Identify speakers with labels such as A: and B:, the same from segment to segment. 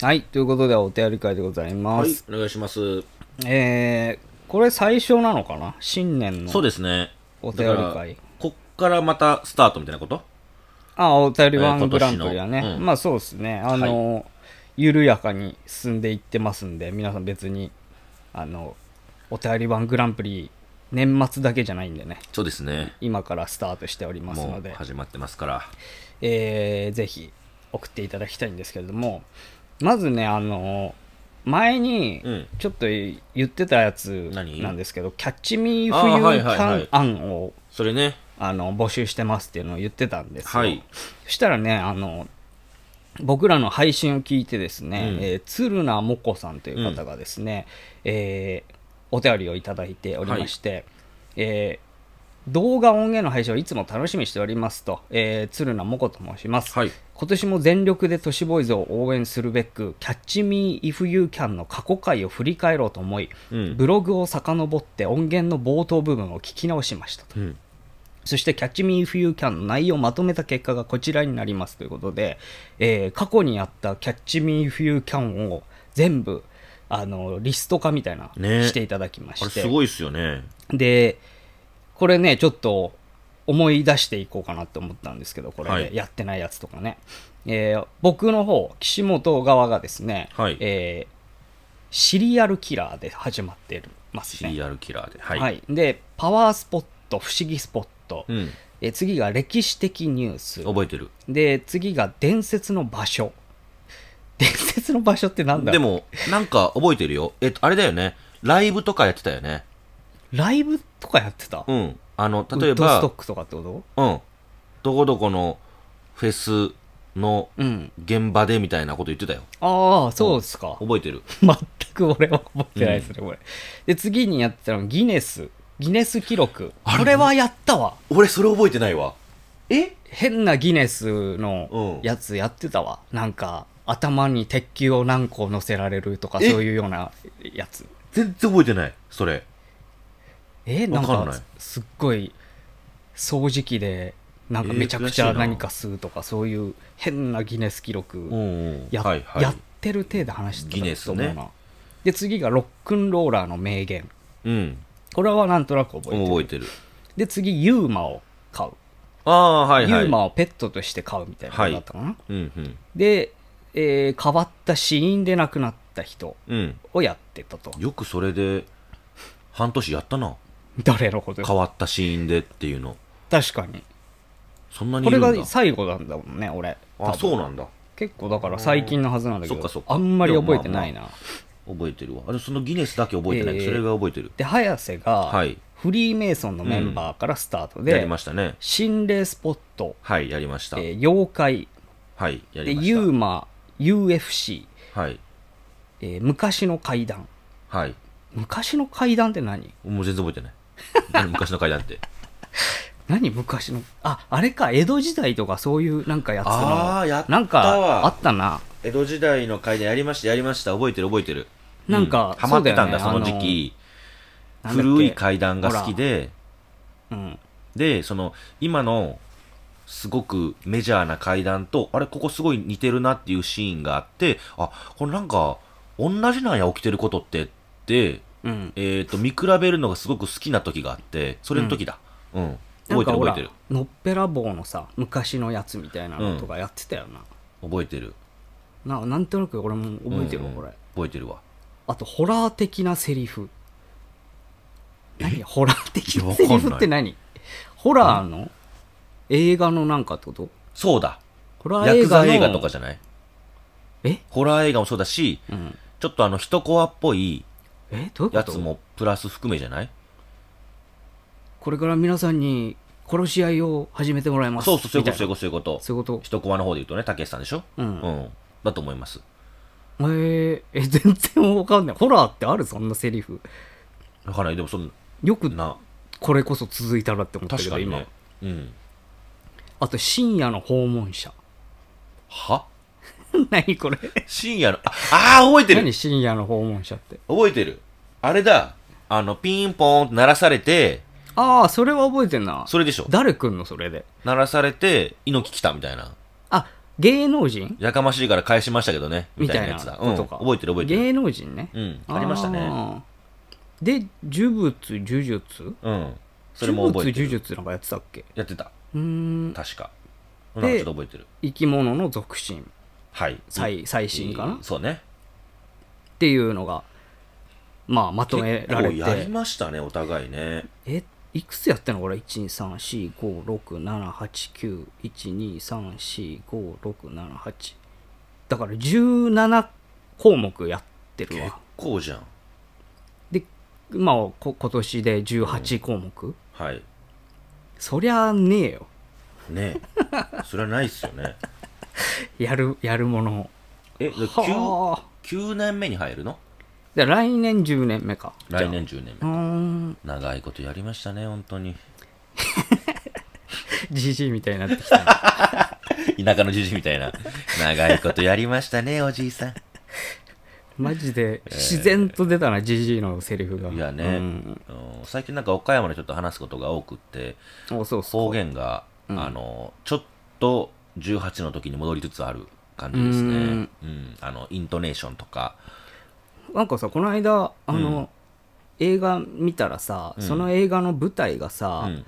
A: はい、ということでお手やり会でございま
B: はい
A: す。、
B: お願いします。
A: えー、これ最初なのかな新年の
B: そうですね。
A: お便り会
B: だからこっからまたスタートみたいなこと
A: あ、お便りワ
B: えー
A: ング
B: 今
A: ラ
B: 年
A: ン
B: の
A: プリはね、
B: うん
A: まあそうですね、あの、緩やかに進んでいってますんで、皆さん別に、あの、お便りワングランプリ、年末だけじゃないんでね、
B: そうですね。
A: 今からスタートしております
B: も
A: の
B: う
A: で、
B: 始まってますから。
A: えーぜひ送っていただきたいんですけれども、まずね、あの、前に
B: うん、
A: ちょっと言ってたやつ
B: 何
A: なんですけど、キャッチミー
B: あー
A: 冬
B: はい
A: キ
B: はい
A: ャ
B: は
A: ン
B: い
A: 案を
B: それね。
A: あの募集してますっていうのを言ってたんですよ、
B: はい
A: そしたらねあの僕らの配信を聞いてですね、
B: うん
A: えー、鶴名もこさんという方がですね、えーお便りをいただいておりまして、えー動画音源の配信をいつも楽しみにしておりますと、えー、鶴名もこと申します、
B: はい
A: 今年も全力で都市ボーイズを応援するべく「キャッチ・ミー・イフ・ユー・キャン」の過去回を振り返ろうと思い、
B: うん
A: ブログを遡って音源の冒頭部分を聞き直しましたと
B: うん。
A: そして、キャッチミーフューキャンの内容をまとめた結果がこちらになりますということで、えー過去にあったキャッチミーフューキャンを全部、あの、リスト化みたいな、
B: ね
A: していただきま
B: あれ
A: して。
B: すごいっすよね。
A: で、これね、ちょっと思い出していこうかなと思ったんですけど、これ、ね
B: はい
A: やってないやつとかね。えー僕の方、岸本側がですね、
B: はい
A: えーシリアルキラーで始まってます
B: シ
A: ね。
B: リアルキラーで。はい。
A: はい、で、パワースポット、不思議スポット、
B: うん。
A: え次が歴史的ニュース
B: 覚えてる。
A: で次が伝説の場所 伝説の場所ってなんだ
B: でも、なんか覚えてるよ。えっと、あれだよね。ライブとかやってたよね。
A: ライブとかやってた、
B: うん。あの、例え
A: ウッドストッ、
B: ば
A: クとかってこと
B: うん。どこどこのフェスの
A: うん
B: 現場でみたいなこと言ってたよ。
A: ああそうですか、
B: 覚えてる。
A: 全く俺は覚えてないですね、これで次にやってたのがギネスギネス記録
B: あれ
A: これはやったわ
B: 俺、それ覚えてないわ。え
A: 変なギネスの
B: うん
A: やつやってたわ、なんか頭に鉄球を何個乗せられるとかそう
B: え
A: いうようなやつ
B: 全然覚えてない。それ。
A: えなん
B: わかん
A: か
B: ない
A: すっごい掃除機でなんかめちゃくち
B: えー
A: ゃ
B: 悔しいな
A: 何か吸うとかそういう変なギネス記録
B: うんうん
A: や,、
B: はいはい
A: やってる体で話してた
B: ギネス
A: と
B: ね
A: 思うな、で次がロックンローラーの名言
B: うん
A: これはなんとなく覚えてる
B: 覚えてる
A: で次ユーマを飼う、
B: ああはいはい
A: ユーマをペットとして飼うみたいなのだったかな、
B: うんうん
A: で、えー変わった死因で亡くなった人
B: うん
A: をやってたと
B: よくそれで半年やったな
A: 誰のこと
B: 変わったシーンでっていうの
A: 確かに
B: そんなに
A: こ
B: いる
A: れ
B: んだ
A: が最後なんだもんね俺多
B: あ
A: 分
B: そうなんだ
A: 結構だから最近のはずなんだけ
B: そっか
A: ど
B: そっか
A: あんまり覚えてないな、
B: 覚えてるわあれそのギネスだけ覚えてない、
A: えー
B: それが覚えてる
A: で早瀬
B: は
A: が
B: い
A: フリーメイソンのメンバーからスタート
B: や
A: で、
B: りましたね
A: 心霊スポット、
B: はいやりました、
A: えー妖怪
B: はいや
A: で
B: りまし
A: ユー
B: た
A: マ UFC、
B: はい
A: えー昔の階段
B: はい
A: 昔の階段って何
B: もう全然覚えてない 何昔の回だって
A: 何昔のああれか江戸時代とかそういうなんかやつ
B: あ
A: の
B: ーやったわ
A: なんかあったな
B: 江戸時代の回でやりましたやりました覚えてる覚えてる
A: なんか
B: うハマってたんだ
A: そうだよ
B: そ
A: ね
B: の時期
A: あのなんだっけ
B: 古い階段が好きで
A: うん
B: でその今のすごくメジャーな階段とあれここすごい似てるなっていうシーンがあってあこれなんか同じなんや起きてることってって、
A: うん
B: えー、と見比べるのがすごく好きな時があってそれの時だうん、
A: なん
B: 覚えて
A: か
B: る
A: ほ
B: 覚え
A: ら
B: てる
A: のっぺらぼうのさ昔のやつみたいなのとかやってたよな、
B: 覚えてる
A: ななんとなく俺も覚えてるわ、
B: うんうん
A: これ
B: 覚えてるわ
A: あとホラー的なセリフ何ホラー的
B: い
A: な
B: や
A: セリ
B: わか
A: フ
B: んない
A: って何ホラーの映画のなんかってこと
B: そうだ
A: ホラー
B: ヤ
A: 映
B: ク
A: 画
B: ザ
A: の
B: 映画とかじゃない
A: え
B: ホラー映画もそうだし
A: うん
B: ちょっとあの人コアっぽい
A: えどういうこ
B: や
A: と
B: つもプラス含めじゃない
A: これから皆さんに殺し合いを始めてもらいます
B: そうそうそういうことそういう
A: み
B: ことそういうこと
A: たいなそういうこと
B: 一コアの方で言うとね、たけしさんでしょ
A: うん
B: だと思います。
A: えー、え全然わかんないホラーってあるそんなセリフ
B: だから、でもそん
A: よく
B: な、
A: これこそ続いたなって思ったけ
B: 確
A: ど、
B: かに
A: 今
B: ね。うん。
A: あと深夜の訪問者
B: は
A: 何これ
B: 深夜の、あ、あー覚えて
A: 何
B: る
A: 深夜の訪問者って
B: 覚えてるあれだ。あの、ピンポーンって鳴らされて、
A: ああそれは覚えてんな
B: それでしょ
A: 誰来んのそれで
B: 鳴らされて、猪木来たみたいな。
A: あ芸能人
B: やかましいから返しましたけどね、み
A: み
B: た
A: た
B: いない
A: な
B: やつだ。
A: こ
B: うん、
A: とか、
B: 覚えてる覚えてる。
A: 芸能人ね、
B: うん、ありましたね。
A: あーで呪物呪術
B: うん。それ
A: 呪
B: も
A: 物
B: 覚
A: 呪
B: えてる。
A: 術なんかやってたっけ
B: やってた。
A: うーん
B: 確か。う
A: で
B: んなんかちょっと覚えてる。
A: 生き物の属性
B: はい。
A: 最最新かな、っ
B: そうね。
A: ていうのがまあまとめられ
B: 結構やり
A: て
B: ましたね、お互いね。
A: えいくつやってんのこれ12345678912345678だから17項目やってる
B: 結
A: わ
B: 構じゃん。
A: でまあこ今年で18項目、
B: はい。
A: そりゃねえよ
B: ね それはないっすよね。
A: やるやるもの
B: え、で9、
A: はあ
B: 9年目に入るの
A: じゃあ来年10年目か
B: 来年10年
A: うーん
B: 目。長いことやりましたね、本当に。
A: じじいみたいになってきたな
B: 田舎のじじいみたいな。長いことやりましたね、おじいさん。
A: マジで自然と出たなじじいのセリフが
B: いやね、
A: うん
B: うん最近なんか岡山の人と話すことが多くって、
A: おそうそ
B: 方
A: う
B: 言が、
A: うん
B: あの、ちょっと18の時に戻りつつある感じですね。う
A: うんん,、
B: あの、イントネーションとか。
A: なんかさこの間あの、映画見たらさ、
B: うん
A: その映画の舞台が
B: う
A: さ、
B: ん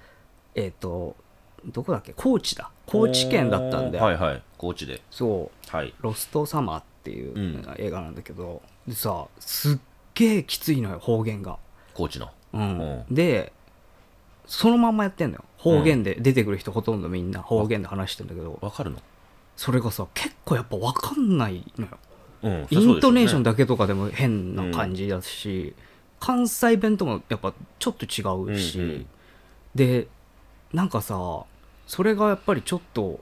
A: えっ、とどこだっけ高知だ高知県だったんだよ、
B: はいはい。高知で。
A: そう
B: はい。
A: 「ロストサマー」っていう
B: うん
A: 映画なんだけど、でさすっげえきついのよ方言が、
B: 高知の。
A: うんでそのまんまやってんのよ方言で出てくる人ほとんどみんな方言で話してんだけど、
B: わかるの
A: それがさ結構やっぱ分かんないのよ
B: うん。
A: イントネーション
B: だ。
A: だけとかでも変な感じだし、関西弁ともやっぱちょっと違うし、
B: うんうん
A: でなんかさそれがやっぱりちょっと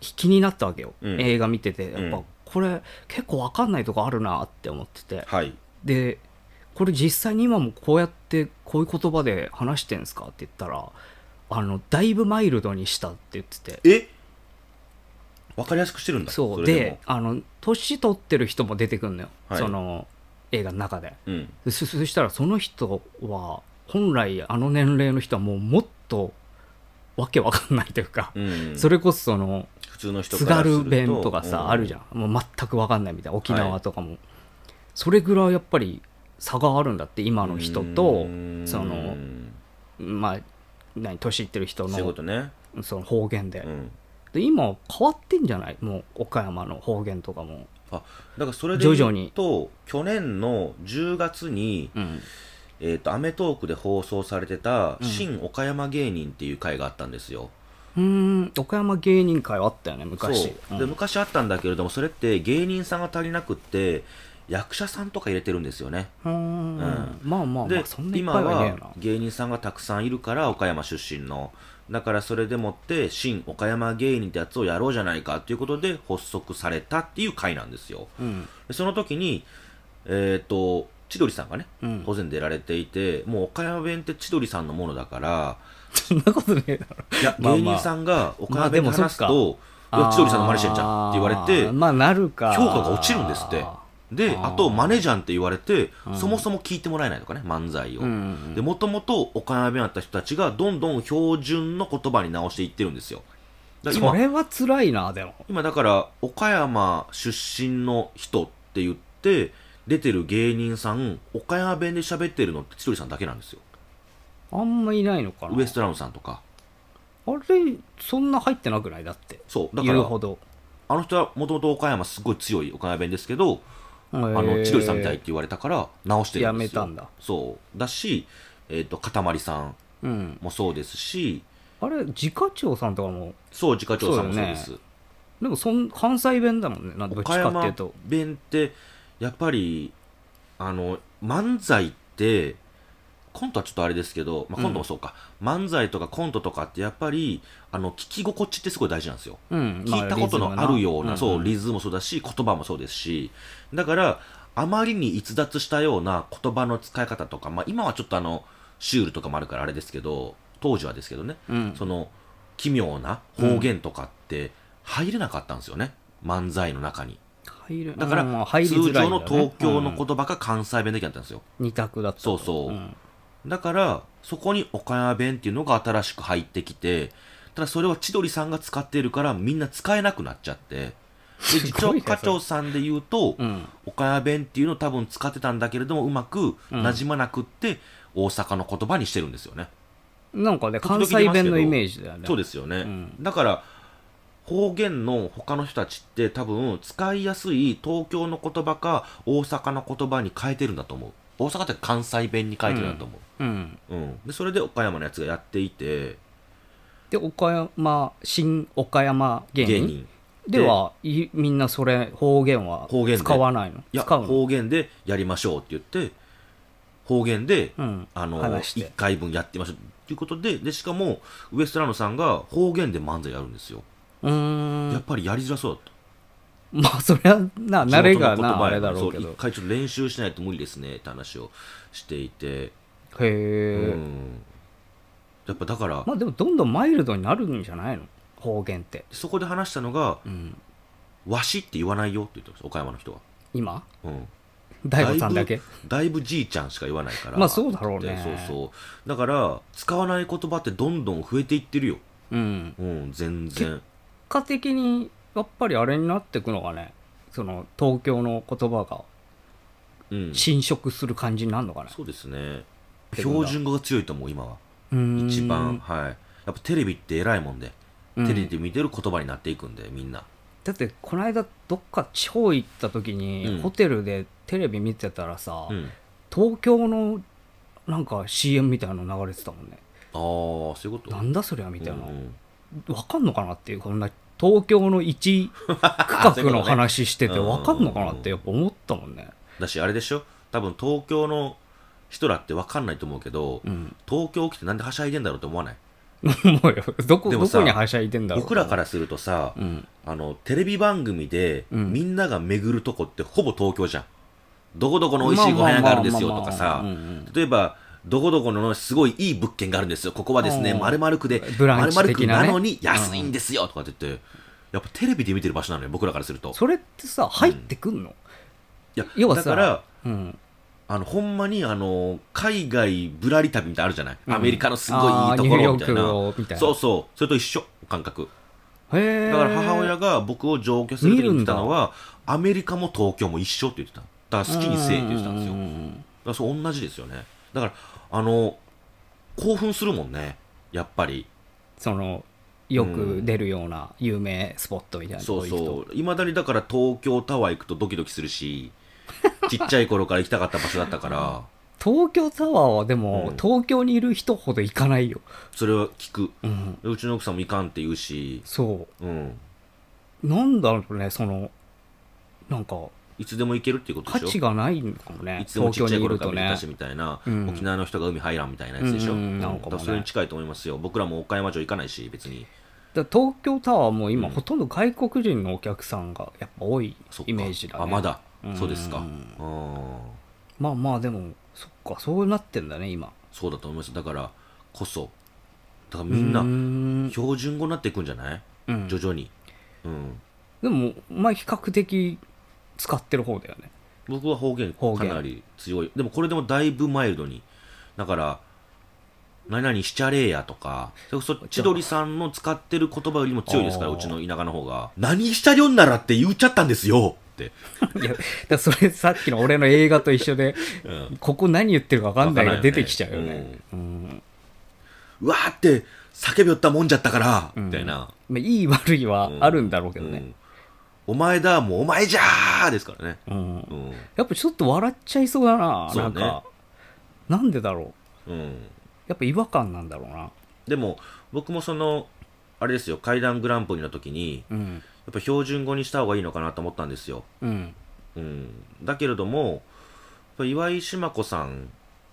A: 気になったわけよ、
B: うん
A: 映画見ててやっ
B: う
A: ぱ
B: ん
A: これ結構わかんないとこあるなって思ってて
B: はい。
A: でこれ実際に今もこうやってこういう言葉で話してんすかって言ったらあのだいぶマイルドにしたって言ってて
B: えわかりやすくしてるんだ。
A: そう
B: れ
A: で
B: も
A: あの年取ってる人も出てくるのよ、
B: はい
A: その映画の中で
B: うん。
A: でそそしたらその人は本来あの年齢の人はもうもっとわけわかんないというか、
B: うん、
A: それこそその
B: 普通の人
A: 津
B: からする
A: 軽
B: と
A: 弁とかさ、あるじゃ
B: ん。
A: んもう全くわかんないみたいな沖縄とかも、それぐらいやっぱり差があるんだって今の人と
B: うん
A: そのまあ何年いってる人
B: そういうこ
A: の
B: とね。
A: その方言で,、
B: うん。
A: で今変わってんじゃないもう岡山の方言とかも、
B: あだからそれで言う
A: 徐々に
B: と去年の10月に、
A: うん、
B: えー、とアメトーークで放送されてた「
A: うん
B: 新岡山芸人」っていう回があったんですよ、
A: うーん岡山芸人会はあったよね昔
B: そう
A: う
B: で
A: ん
B: 昔あったんだけれどもそれって芸人さんが足りなくって役者さんとか入れてるんですよね
A: うーんまあまあま
B: で
A: あそんないっ
B: 今
A: ぱいはねえ
B: は芸人さんがたくさんいるから岡山出身のだからそれでもって「新岡山芸人」ってやつをやろうじゃないかということで発足されたっていう回なんですよ
A: なうん
B: でその時に、えっ、と、千鳥さんがね、
A: うん
B: 当然出られていて、もう岡山弁って千鳥さんのものだから、
A: そんなことねえだろ
B: い や、
A: まあ
B: 芸
A: まあ
B: 人さんが岡山弁で
A: まあでも
B: 話すと、
A: そ
B: いや千鳥さんの真似してんじゃんって言われて、
A: あーまあなるか
B: 評価が落ちるんですって。で、
A: あ
B: あ
A: ー
B: と、マネじゃんって言われて、
A: うん
B: そもそも聞いてもらえないとかね、漫才を。
A: うんうん
B: で、もともと岡山弁あった人たちが、どんどん標準の言葉に直していってるんですよ。だから
A: そ
B: 今
A: れは辛いなでも
B: 今だから岡山出身の人って言って出てる芸人さん岡山弁で喋ってるのって千鳥さんだけなんですよ
A: あんまいないのかな
B: ウエストランドさんとか
A: あれそんな入ってなくないだって
B: そうだか
A: 言う
B: ら
A: ほど
B: あの人はもともと岡山すごい強い岡山弁ですけど
A: あ
B: あの千鳥さんみたいって言われたから直してるんですよ
A: やめたんだ
B: そうだしえっ、とかたまりさん
A: うん
B: もそうですし
A: あれ自家長さんとかも
B: そう自家長さんもそうです
A: そでもそん関西弁だもんねなんかどっちか
B: 岡
A: っていう
B: 山
A: と
B: 弁ってやっぱりあの漫才ってコントはちょっとあれですけど、ま
A: う
B: あ、
A: ん
B: コントもそうか、漫才とかコントとかってやっぱりあの聞き心地ってすごい大事なんですよ
A: うんま
B: 聞いたことのあるような、そうリズムもそうだし言葉もそうですしだからあまりに逸脱したような言葉の使い方とか、まあ、今はちょっとあのシュールとかもあるからあれですけど当時はですけどね
A: リズムなうん
B: その奇妙な方言とかって入れなかったんですよね、漫才の中に。
A: 入る
B: だから、
A: うん入り
B: 通
A: づらい
B: 常
A: んだ
B: の
A: よね
B: 東京の
A: う
B: 言
A: ん
B: 葉が関西弁だけだったんですよ。
A: 二択だった
B: そうそ
A: う
B: う
A: ん
B: だから、そこに岡山弁っていうのが新しく入ってきて、ただそれは千鳥さんが使っているからみんな使えなくなっち ゃってで次
A: すごい
B: 長
A: ね
B: 課長さんで言うと、
A: うん
B: 岡山弁っていうのを多分使ってたんだけれどもうまく馴染まなくって、大阪の言葉にしてるんですよね
A: なんかね
B: 時
A: 関
B: 々
A: 西弁のイメージだよね
B: そうですよね、
A: ん
B: だから方言の他の人たちって多分使いやすい東京の言葉か大阪の言葉に変えてるんだと思う大阪って関西弁に変えてるんだと思
A: うん、
B: う、うんでそれで岡山のやつがやっていて
A: で岡山新岡山芸人
B: 芸人
A: ではいみんなそれ方言は
B: 方言で
A: 使わないの
B: いや
A: 使うの
B: 方言でやりましょうって言って方言で、
A: うん
B: あの
A: 話して
B: 1回分やってみましょうということででしかもウエストランドさんが方言で漫才やるんですよ、
A: うー
B: や
A: ん
B: っぱりやりづらそうだと
A: まあそれはな慣れがなあれだろうけ
B: そう
A: ど
B: 一回ちょっと練習しないと無理ですねって話をしていて、
A: へ
B: う
A: え、
B: ん、やっぱだから、
A: まあでもどんどんマイルドになるんじゃないの方言って、
B: そこで話したのが
A: うん、
B: 「わし」って言わないよって言ってます岡山の人は、
A: 今
B: うん、
A: 大悟さんだけ
B: いぶだいぶじいちゃんしか言わないから
A: まあそうだろうね
B: そうそうだから使わない言葉ってどんどん増えていってるよ
A: うん
B: うん全然
A: 結果的にやっぱりあれになってくのがねその東京の言葉が
B: うん
A: 侵食する感じになるのかな、
B: そうですね
A: けどな
B: 標準語が強いと思う今は
A: うーん
B: 一番はいやっぱテレビって偉いもんで
A: うん
B: テレビで見てる言葉になっていくんでみんな
A: だってこの間どっか地方行った時に、
B: うん
A: ホテルでテレビ見てたらさ、
B: うん
A: 東京のなんか CM みたいなの流れてたもんね
B: ああそういうこと
A: なんだそりゃみたいな、
B: うんうん
A: わかんのかなっていうこんな東京の一区画の話してて
B: そういうことね
A: わかんのかなってやっぱ思ったもんね
B: だしあれでしょ多分東京の人らって分かんないと思うけど、
A: うん
B: 東京来てなんではしゃいでんだろうと思わない
A: 思うよどこ
B: でも
A: ど
B: さ
A: こにはしゃいでんだろう
B: 僕らからするとさ、
A: うん
B: あのテレビ番組で、
A: うん
B: みんなが巡るとこってほぼ東京じゃんどこどこの美味しいご飯屋があるんですよ
A: まあ
B: と
A: まあ
B: か
A: まあ
B: さ
A: うんうん
B: 例えばどこどこのすごいいい物件があるんですよここはですね
A: うん
B: 丸々区で
A: ブラン
B: 丸
A: チ
B: 々区
A: 的な
B: な
A: ね
B: のに安いんですよとかって言ってやっぱテレビで見てる場所なのよ僕らからすると
A: それってさ入ってくんの、
B: いや
A: 要は
B: だ
A: さ
B: から
A: うん
B: あのほんまにあの海外ぶらり旅みたいなのあるじゃない、
A: うん
B: アメリカのすごいいいところ
A: あー
B: みたい
A: ニューヨー
B: な
A: クをみたいな
B: そうそうそれと一緒感覚
A: へえ
B: だから母親が僕を上京する時に言ってたのはアメリカも東京も一緒って言ってただから好きにせえって言ってたんですよ
A: う
B: だか
A: ん
B: らそう同じですよねだからあの興奮するもんねやっぱり
A: そのよく出るような有名スポットみたいなと
B: そ
A: こ
B: う
A: 行くと
B: そういまだにだから東京タワー行くとドキドキす るしちっちゃい頃から行きたかった場所だったから
A: 東京タワーはでも、
B: うん
A: 東京にいる人ほど行かないよ、
B: それは聞く
A: うん、
B: うちの奥さんも行かんって言うし
A: そ
B: うん
A: うなんだろうねそのなんか
B: いつでも行けるっていうこと
A: 価
B: でしょ
A: 値がないのかもね
B: いつでも
A: 東京
B: ちっちゃい
A: にい
B: 頃
A: る
B: から
A: と
B: 見て
A: ね
B: たしみたいな、
A: うん
B: 沖縄の人が海入らんみたいなやつでしょ、
A: うんうんなんかもね
B: だらそれに近いと思いますよ僕らも岡山城行かないし別に
A: だから東京タワーも今、
B: うん
A: ほとんど外国人のお客さんがやっぱ多い
B: そっか
A: イメージだね
B: あまだ
A: うん
B: そうですか
A: う
B: うんん
A: まあまあでもそっかそうなってんだね今
B: そうだと思いますだからこそだからみんな
A: うーん
B: 標準語になっていくんじゃない、
A: うん
B: 徐々に、うん、
A: でもまあ比較的使ってる方だよね
B: 僕は方言
A: 方
B: か
A: 言
B: なり強いでもこれでもだいぶマイルドにだから何々しちゃれーやとかそれこそ千鳥さんの使ってる言葉よりも強いですから
A: あー
B: うちの田舎の方が何しちゃりょんならって言っちゃったんですよって
A: いやだからそれさっきの俺の映画と一緒で、
B: う
A: ここ何言ってるか分かんない
B: わ
A: が
B: かんない
A: 出
B: よね
A: てきちゃうよねうん
B: うわーって叫びよったもんじゃったから、みたいな、
A: まあ、いい悪いは
B: うん
A: あるんだろうけど
B: う
A: ね、
B: んお前だもうお前じゃーですからね、
A: うん
B: うん
A: やっぱちょっと笑っちゃいそうだな
B: そう
A: なん
B: ね
A: かなんでだろう
B: うん、
A: やっぱ違和感なんだろうな
B: でも僕もそのあれですよ階段グランプリの時に
A: うん
B: やっぱ標準語にした方がいいのかなと思ったんですよ、
A: うん
B: うん、だけれどもやっぱ岩井志麻子さん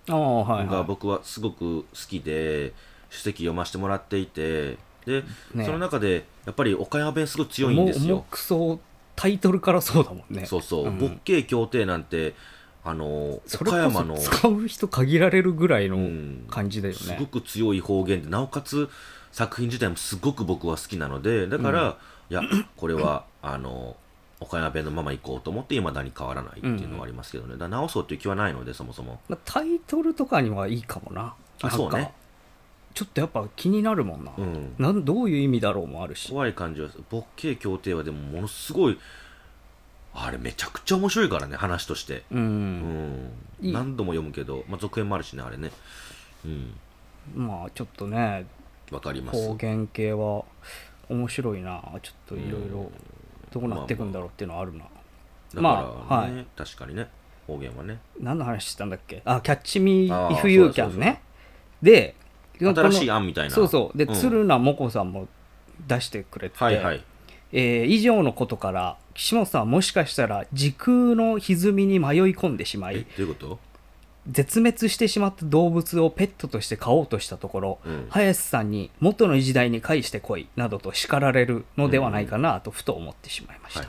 A: ああはい、
B: が
A: は
B: 僕はすごく好きで書籍読ませてもらっていてで、
A: ね
B: その中でやっぱり岡山弁すごい
A: い、
B: 強いんです
A: も
B: よ
A: もくそタイトルからそうだもんね
B: そうそう、
A: うん
B: ボッケー協定なんて、あの
A: それ
B: 岡
A: こ
B: 山
A: そ
B: の、
A: 使う人限られるぐらいうの
B: ん
A: 感じだよ
B: すご
A: ね、
B: く強い方言で、なおかつ作品自体もすごく僕は好きなので、だから、いや、これは、あの岡山弁のまま行こうと思って、いまだに変わらないっていうのはありますけどね、だから直そうっていう気はないので、そもそも。
A: まあタイトルとかにはいいかもな
B: あ
A: なんか
B: そうね
A: ちょっとやっぱ気になるもんな,、
B: うん
A: なんどういう意味だろうもあるし
B: 怖い感じはボッケー協定はでもものすごいあれめちゃくちゃ面白いからね話として
A: う、
B: うんん
A: いい
B: 何度も読むけど、まあ、続編もあるしねあれねうん
A: まあちょっとね
B: わかります
A: 方言系は面白いなちょっといろいろどうなっていくんだろうっていうのはあるな、
B: だからね、
A: まあは
B: 確かにね方言はね
A: 何の話してたんだっけあキャッチミー・
B: あー
A: イフ・ユー・キャンねで
B: 新しい
A: この
B: 案みたいな
A: そうそうで、
B: ん
A: 鶴名もこさんも出してくれて、
B: はいはい
A: えー以上のことから岸本さんはもしかしたら時空の歪みに迷い込んでしま
B: え
A: い
B: どういうこと
A: 絶滅してしまった動物をペットとして飼おうとしたところ、
B: うん
A: 林さんに元の時代に返してこいなどと叱られるのではないかなとふと思ってしまいました。
B: はい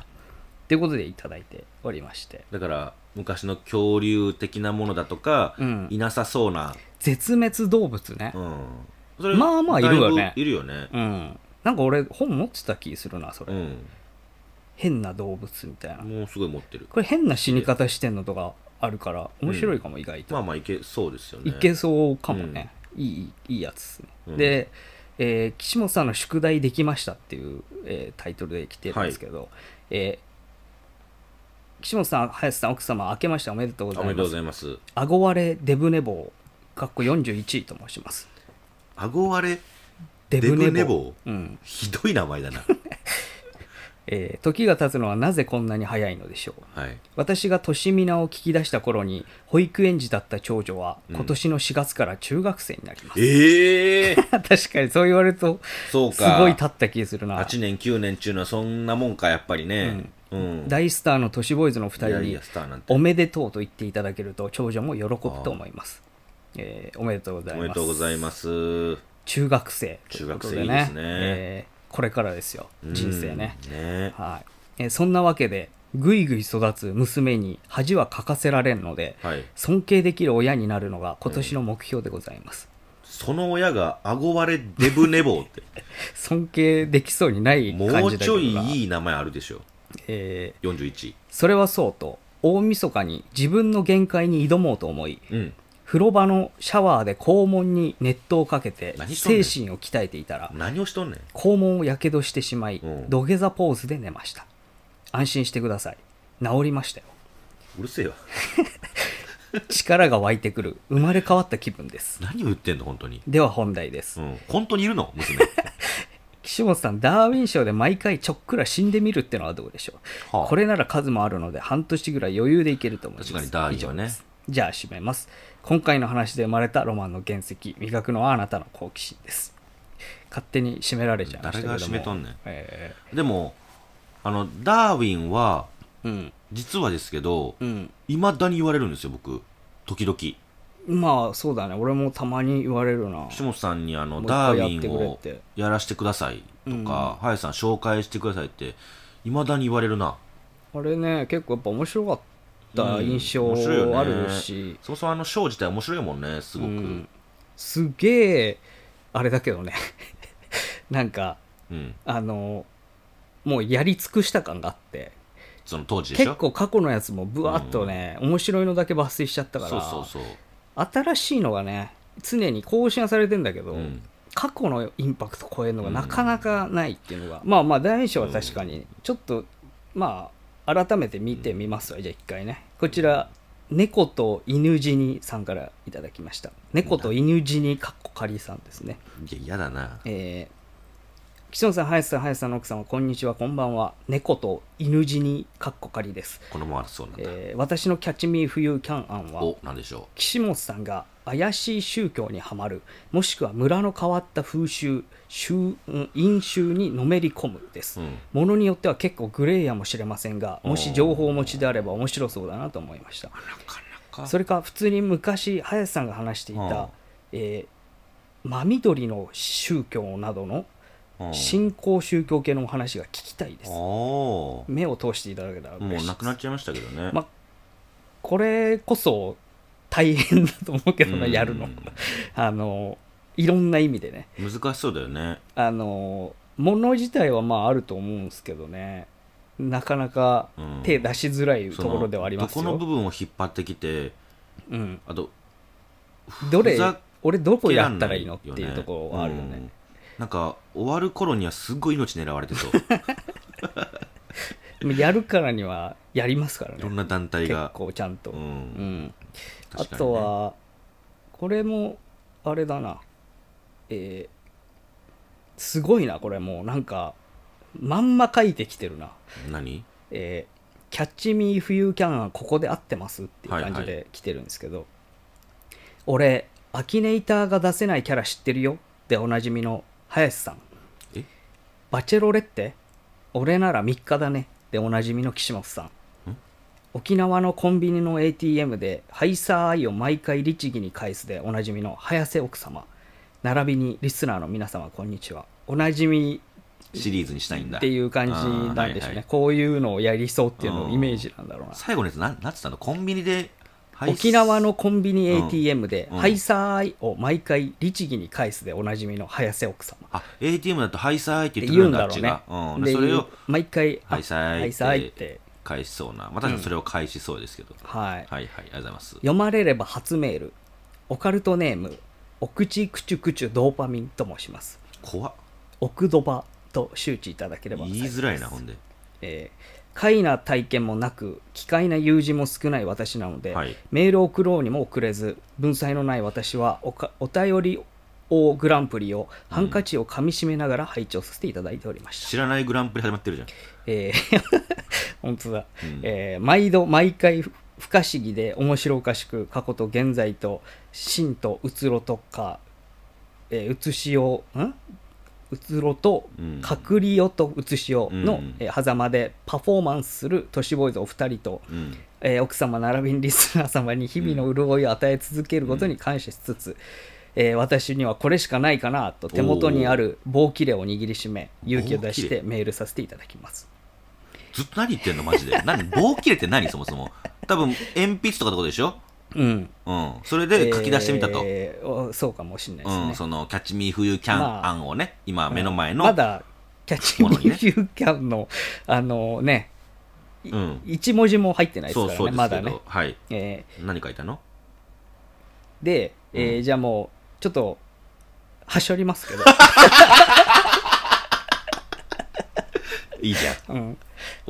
A: ということでいただいておりまして
B: だから昔の恐竜的なものだとか、
A: うん
B: いなさそうな、
A: 絶滅動物ね
B: う、ん、それ
A: まあまあいるよね
B: だぶいるよね
A: うんなんか俺本持ってた気するなそれ、
B: うん、
A: 変な動物みたいな
B: もうすごい持ってる
A: これ変な死に方してんのとかあるから面白いかも意外と、
B: まあまあいけそうですよね
A: いけそうかもね、いいいいやつですね、
B: うん
A: で、えー岸本さんの「宿題できました」っていう、えータイトルで来てるんですけど、えー岸本さん林さん奥様明けましておめでとうご
B: お
A: ざ
B: め
A: い
B: で
A: ま
B: とうご
A: す
B: ざいます
A: 顎割れデブ寝坊かっこ41位と申します
B: 顎割れ
A: デブ寝坊
B: デブ寝坊
A: うん
B: ひどい名前 だな
A: えー時が経つのはなぜこんなに早いのでしょう
B: はい
A: 私が「としみな」を聞き出した頃に保育園児だった長女は今年の4月から中学生になります、
B: ええ
A: 確かにそう言われると
B: そう
A: す
B: か
A: ごい経った気するな
B: 8年9年中のはそんなもんかやっぱりねうん、
A: 大スターの都市ボーイズの2
B: いや
A: 人
B: い
A: に
B: やスターなん
A: お
B: て
A: めでとうと言っていただけると長女も喜ぶと思います、えーおめでとうござい
B: お
A: ます
B: めでとうございます
A: 中学生
B: 中学生
A: とうこと
B: いいですね
A: えーこれからですよ人生ね、
B: うんね
A: はいえーそんなわけでぐいぐい育つ娘に恥はかかせられんので
B: はい
A: 尊敬できる親になるのが今年の目標でございます、
B: その親が顎割れデブ寝坊って
A: 尊敬できそうにない
B: も
A: 感
B: う
A: じだけ
B: ち
A: ど
B: ょ
A: ない
B: いい名前あるでしょ
A: えー
B: 41
A: それはそうと大晦日に自分の限界に挑もうと思い
B: うん
A: 風呂場のシャワーで肛門に熱湯をかけて
B: 何しとんね
A: 精
B: ん
A: 神を鍛えていたら
B: 何をしとんねん
A: 肛門をやけどしてしまい
B: うん
A: 土下座ポーズで寝ました安心してください治りましたよ
B: うるせえわ
A: 力が湧いてくる生まれ変わった気分です
B: 何を言ってんの本当に
A: では本題です
B: うん本当にいるの 娘
A: 岸本さんダーウィン賞で毎回ちょっくら死んでみるってのはどうでしょう
B: はあ
A: これなら数もあるので半年ぐらい余裕でいけると思います
B: 確かにダーウィンはね
A: 以上ですじゃあ締めます今回の話で生まれたロマンの原石磨くのはあなたの好奇心です勝手に締められちゃいましたけれども
B: 誰が締めとんねん
A: え
B: でもあのダーウィンは
A: えうん
B: 実はですけど
A: うん
B: いまだに言われるんですよ僕時々
A: まあそうだね俺もたまに言われるな
B: 岸本さんにあの
A: もう一
B: ダ
A: 回
B: ーウィン
A: やっ
B: を
A: てくれって
B: やらせてくださいとか、林さん紹介してくださいっていまだに言われるな
A: あれね結構やっぱ面白かった印象
B: うん面白いよね
A: あるし、
B: そもそもあのショー自体面白いもんねすごく、
A: うんすげえあれだけどね なんか
B: うん
A: あのもうやり尽くした感があって
B: その当時でしょ
A: 結構過去のやつもぶわっとね、面白いのだけ抜粋しちゃったから
B: そうそう
A: 新しいのがね常に更新はされてんだけど、
B: そう、うん、
A: 過去のインパクト超えるのがなかなかないっていうのが、まあまあ第一章は確かにちょっと、まあ改めて見てみますわ、じゃあ一回ねこちら猫と犬死にさんからいただきました猫と犬死にかっこかりさんですね
B: いや嫌だな
A: えー、岸本さん林さん林さんの奥様こんにちはこんばんは猫と犬死にかっこかりです
B: このままだとそうなんだ、
A: えー私のキャッチミーフユーキャン案は
B: おなんでしょ
A: 岸本さんが怪しい宗教にはまるもしくは村の変わった風習習うん飲酒にのめり込むです、
B: う、う
A: も
B: ん、
A: のによっては結構グレーやもしれませんがもし情報をお持ちであれば面白そうだなと思いましたそれか普通に昔林さんが話してい
B: うん
A: た、えー真緑の宗教などの
B: うん
A: 新興宗教系のお話が聞きたいです
B: おー
A: 目を通していただけたら嬉しい
B: も
A: で
B: う
A: す
B: なくなっちゃいましたけどね、
A: まこれこそ大変だと思うけどな、
B: うん
A: やるの。あの、いろんな意味でね。
B: 難しそうだよね
A: あの、もの自体はまああると思うんですけどね、なかなか
B: うん
A: 手出しづらい
B: そ
A: と
B: の
A: ころではあります
B: どこの
A: よ
B: 部。分を引っ張ってきて
A: うん
B: あと
A: ど
B: ふ
A: れ
B: ざ
A: 俺どこやったらいいのっていうところはあるよね
B: うんなんか終わる頃にはすごい命狙われてそう
A: でもやるからにはやりますから
B: いろん
A: ね
B: な団体
A: 結
B: が
A: 構ちゃんと、
B: う
A: うんん、あ
B: 確かにね
A: とはこれもあれだなえーすごいなこれもうなんかまんま書いてきてるな
B: 何
A: えーキャッチミー If You Can はここで合ってますっていう感じ
B: はい
A: で来てるんですけど、俺アキネイターが出せないキャラ知ってるよっておなじみの林さん
B: え
A: バチェロレッテ俺なら3日だねでおなじみの岸本さん沖縄のコンビニの ATM でハイサーアイを毎回律儀に返すでおなじみの早瀬奥様並びにリスナーの皆様こんにちはおなじみ
B: シリーズにしたいんだ
A: っていう感じなんでしょうね、
B: あーはいはい
A: こういうのをやりそうっていうのをイメージなんだろうな、
B: 最後のやつなんなんつったのコンビニで配
A: 沖縄のコンビニ ATM で「
B: うん
A: ハイサーイ」を毎回律儀に返すでおなじみの早瀬奥様っ
B: あ ATM だとハイサーイって
A: て
B: 言ってく
A: 言う
B: る
A: んん
B: だ
A: だ
B: あっ
A: ろ
B: ち
A: うね
B: が、うん、
A: で
B: でそれを
A: 毎回「あ
B: ハイサー
A: ハ
B: イって
A: イサーイ」って
B: 返しそうなまたそれを返しそうですけど、
A: はい、
B: はいはいありがとうございます
A: 読まれれば初メールオカルトネームお口くちゅくちゅドーパミンと申します
B: 怖っ
A: 奥ドバと周知いただければ
B: 言
A: 幸
B: い
A: です
B: づらいなほんで
A: えー、快な体験もなく奇怪な友人も少ない私なので、
B: はい
A: メールを送ろうにも送れず文才のない私はおかお便り王グランプリをハンカチを噛みしめながら拝聴させていただいておりました、
B: 知らないグランプリ始まってるじゃん
A: えー 本当だ、
B: うん
A: えー毎度毎回ふ不可思議で面白おかしく過去と現在と真とうつろとか、えー、うつしをんうつろと
B: うん
A: 隔離よとうつしをの、
B: うん
A: えー狭間でパフォーマンスする都市ボーイズお二人と、
B: うん
A: えー奥様並びにリスナー様に日々の潤いを与え続けることに感謝しつつ、えー私にはこれしかないかなと手元にある棒切れを握りしめ勇気を出してメールさせていただきます
B: ずっと何言ってんのマジで 何棒切れって何そもそも多分鉛筆とかってことでしょ
A: うん
B: うんそれで書き出してみたと、
A: えーおそうかもしれないですね、
B: うん、そのキャッチミー冬キャ
A: まあ
B: ン案をね、今目の前の、
A: まだキャッチミ
B: ものにね
A: ーヒューキャンのあのねい
B: うん
A: 一文字も入ってないですか
B: そう
A: らね
B: そうですけど、
A: まだね、
B: はい
A: え
B: 何書いたの
A: ーで、えーじゃあもうちょっとはしょります けど、
B: い いじゃん
A: うん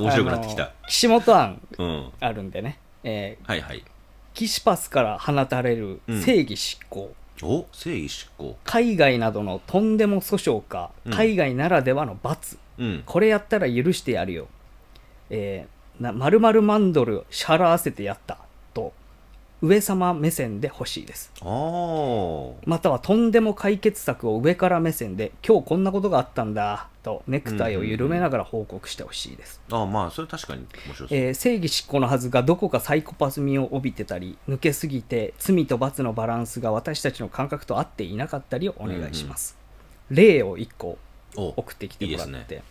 B: 面白くなってきた
A: あの岸本案
B: うん
A: あるんでね、えー
B: はいはい
A: キシパスから放たれる正義執行、
B: お正義執行
A: 海外などのとんでも訴訟か、
B: うん
A: 海外ならではの罰
B: うん
A: これやったら許してやるよ。えー、な、まるまるマンドル、支払わせてやった。と、上様目線で欲しいです。
B: あー
A: または、とんでも解決策を上から目線で、今日こんなことがあったんだ。と、ネクタイを緩めながら報告してほしいです。
B: あまあそれ確かに面白そう、
A: えー正義執行のはずがどこかサイコパス味を帯びてたり抜けすぎて罪と罰のバランスが私たちの感覚と合っていなかったりをお願いします、例を1個
B: お
A: 送ってきてもらって
B: いいです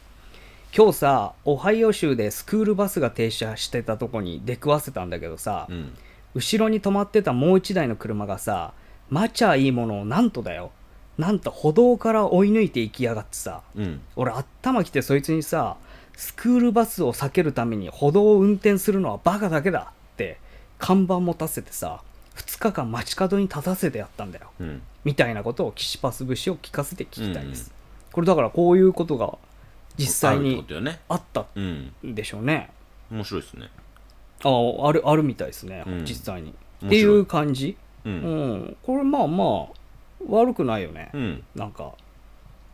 A: 今日さオハイオ州でスクールバスが停車してたとこに出くわせたんだけどさ、
B: うん
A: 後ろに止まってたもう1台の車がさマチャいいものをなんとだよなんと歩道から追い抜いていきやがってさ
B: うん
A: 俺頭きてそいつにさスクールバスを避けるために歩道を運転するのはバカだけだって看板持たせてさ2日間街角に立たせてやったんだよ
B: うん
A: みたいなことを岸パス節を聞かせて聞きたいです、これだからこういうことが実際
B: あるっ
A: に
B: てことよね
A: あった
B: うん
A: んでしょうね
B: 面白いですね
A: ああるあるみたいですね、
B: うん
A: 実際にっ
B: 面白
A: て
B: い
A: いう感じ、
B: う
A: うんん、これまあまあ悪くないよね、
B: うん
A: なんか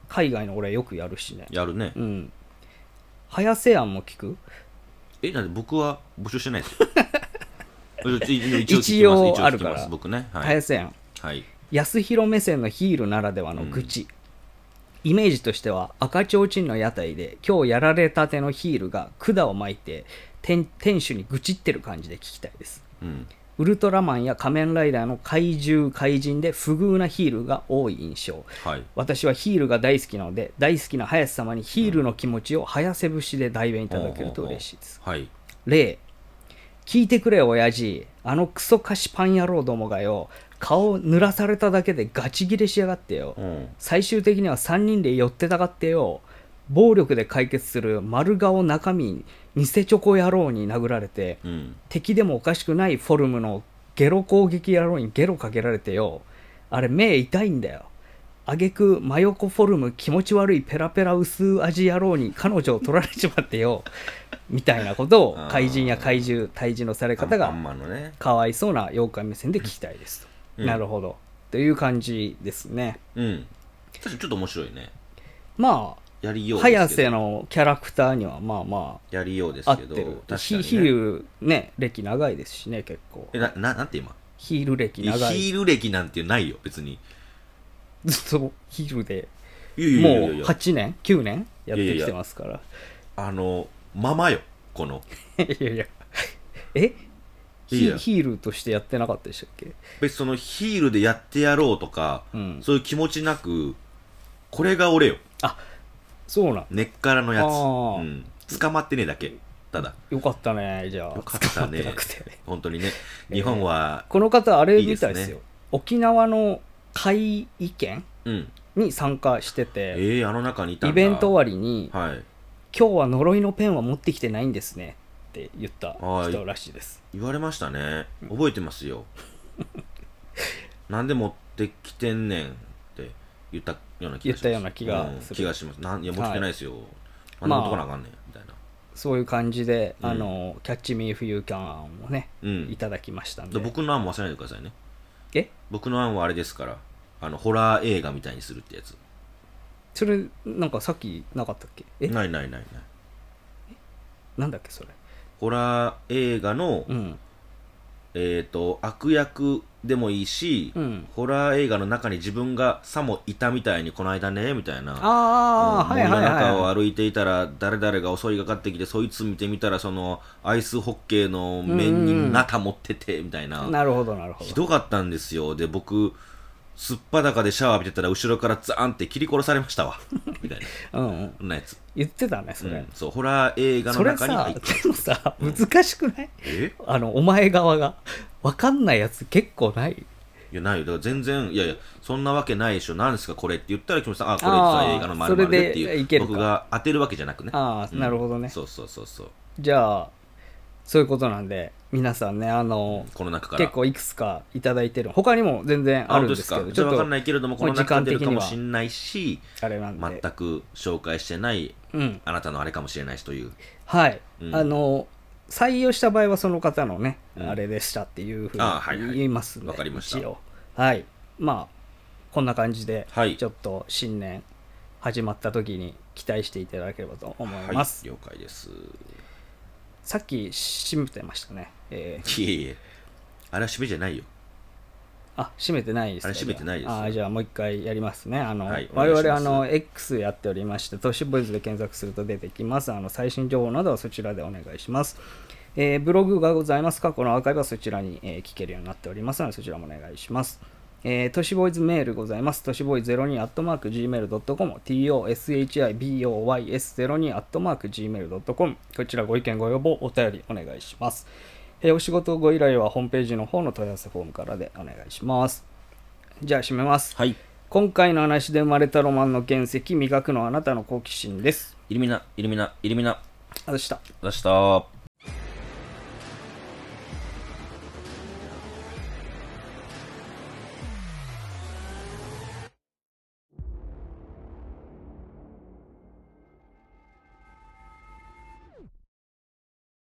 A: 海外の俺よくやるしね
B: やるね
A: うん。早瀬案も聞く
B: えなんで僕は募集してな いですよ一応聞きます
A: 一応あるから
B: 一応聞きます僕ねはい
A: 早瀬案。
B: はい
A: 安弘目線のヒールならではの愚痴。イメージとしては赤ちょうちんの屋台で今日やられたてのヒールが管を巻いて店店主に愚痴ってる感じで聞きたいです。
B: うん
A: ウルトラマンや仮面ライダーの怪獣怪人で不遇なヒールが多い印象。
B: はい
A: 私はヒールが大好きなので大好きな林様にヒールの気持ちを早瀬節で代弁いただけると嬉しいです。
B: はい
A: 例聞いてくれよ親父あのクソ菓子パン野郎どもがよ顔を濡らされただけでガチギレしやがってよ
B: うん
A: 最終的には3人で寄ってたがってよ暴力で解決する丸顔中身偽チョコ野郎に殴られて
B: うん
A: 敵でもおかしくないフォルムのゲロ攻撃野郎にゲロかけられてよあれ目痛いんだよ挙句真横フォルム気持ち悪いペラペラ薄味野郎に彼女を取られちまってよみたいなこと を怪人や怪獣退治のされ方
B: アンパン
A: が
B: マンのね。
A: かわいそうな妖怪目線で聞きたいですと、
B: うん
A: なるほどという感じですね
B: うん。確かにちょっと面白いね。
A: ま
B: やり
A: あ
B: よう
A: 早
B: ですけ
A: 瀬
B: ど。
A: のキャラクターにはまあま
B: やりようです
A: あ合っ
B: けど。
A: てる
B: 確か
A: ヒ
B: に、ね。
A: ヒールね歴長いですしね結構
B: え、な、ななんて今
A: ヒール歴
B: ヒ
A: 長い
B: ール歴なんてないよ、別に。
A: ずっとヒールで
B: いやいやい
A: も
B: や
A: う
B: いや
A: 8年9年やってきてますから
B: あの、ままよ、この。
A: いやいや。えヒ
B: いや
A: ヒールとしてやってなかったでしたっけ
B: 別にそのヒールでやってやろうとか、
A: うん
B: そういう気持ちなく、これが俺よ。
A: そうなん。
B: 根っからのやつ。
A: あー
B: うん。捕まってねえだけ。ただ。
A: よかったね、じゃあ。
B: よかっ
A: 捕ま
B: たね
A: ってなくて
B: 本当にね。日本は、
A: この方、あれみたいです
B: いいです
A: よ。
B: ね
A: 沖縄の会意見
B: うん。
A: に参加して
B: え
A: て、
B: ー、あの中にいた
A: イ
B: んだ
A: ベント終わりに、
B: はい。
A: 今日は呪いのペンは持ってきてないんですねって言った
B: はい
A: 人らしいです。
B: 言われましたね。覚えてま すよ。なんで持ってきてんねんって言ったような気がし
A: 言っ
B: ます。
A: たような気がする
B: ん気がします。なんいや、持ってきてないですよ。
A: い
B: なんで持ってこなあかんねん、みたいな。
A: そういう感じで、
B: うん
A: あの、キャッチミーフユーキャンもね、
B: うん
A: いただきましたん
B: で
A: で。
B: 僕の案も忘れないでくださいね。
A: え
B: 僕の案はあれですから。あの、ホラー映画みたいにするってやつ。
A: それ、なんかさっきなかったっけえ
B: ないないないない。
A: なんだっけ、それ。
B: ホラー映画の、
A: うん。
B: えっ、と、悪役でもいいし、
A: うん
B: ホラー映画の中に自分がさもいたみたいに、この間ね、みたいな。
A: ああ、
B: うん
A: はいはい
B: 森の中
A: は
B: を歩いていたら誰々が襲いかかってきてそいつ見てみたらそのアイスホッケーの面
A: うんうん。
B: にナタ持っててみたいない
A: なるほど、なるほど
B: ひ。どかったんですよで僕すっぱだかでシャワー浴びてたら後ろからザーンって切り殺されま したわみたいな
A: うんうん、
B: そんなやつ、
A: 言ってたねそ
B: うん
A: れ、
B: そうホラー映画の
A: それ
B: 中に入
A: さ
B: って
A: でもさ 難しくない、
B: え
A: あのお前側が分かんないやつ結構ない
B: いやないよだから全然いやいやそんなわけないでしょ何ですかこれって言ったら木村さんあこれ
A: あー
B: 実は映画のまるまるでって
A: それで
B: い
A: いけ
B: う
A: るか
B: 僕が当てるわけじゃなくね
A: ああなるほどね
B: そうそうそうそう
A: じゃあそういうことなんで皆さんねあの
B: この中から
A: 結構いくつかいただいてる他にも全然あるんですけ
B: 本
A: ど
B: 当ですかじゃあ分かん
A: と
B: ないけれども、この
A: 時
B: 中
A: 間
B: に出
A: 的
B: るか
A: に
B: も
A: は
B: しれないし、
A: あれなんで
B: 全く紹介してない、
A: うん
B: あなたのあれかもしれないしという。
A: はい、
B: うん
A: あの採用した場合はその方のね、
B: うん
A: あれでしたっていうふう
B: あーはいは
A: に
B: い
A: 言いますんで
B: わかりました
A: 一応はいまあこんな感じで、
B: はい
A: ちょっと新年始まった時に期待していただければと思います、
B: はい了解です。い
A: さっき閉めてましたね、えー
B: えいえ、あれは締めじゃないよ。
A: あ閉めてないです
B: あれ閉めてないです
A: あーじゃあもう一回やりますねあの、
B: はいお願
A: 我
B: いします
A: 々あの X やっておりまして都市ボイスで検索すると出てきますあの最新情報などはそちらでお願いしますえーブログがございます過去のアーカイブはそちらに、えー聞けるようになっておりますのでそちらもお願いしますえー、都市ボーイズメールございます。都市ボーイズ02 gmail.com、toshiboys02 gmail.com、こちらご意見、ご要望、お便りお願いします。えーお仕事ご依頼はホームページの方の問い合わせフォームからでお願いします。じゃあ締めます。
B: はい。
A: 今回の話で生まれたロマンの原石、磨くのはあなたの好奇心です。
B: イルミナ、イルミナ、イルミナ、
A: あ、した。
B: 出した。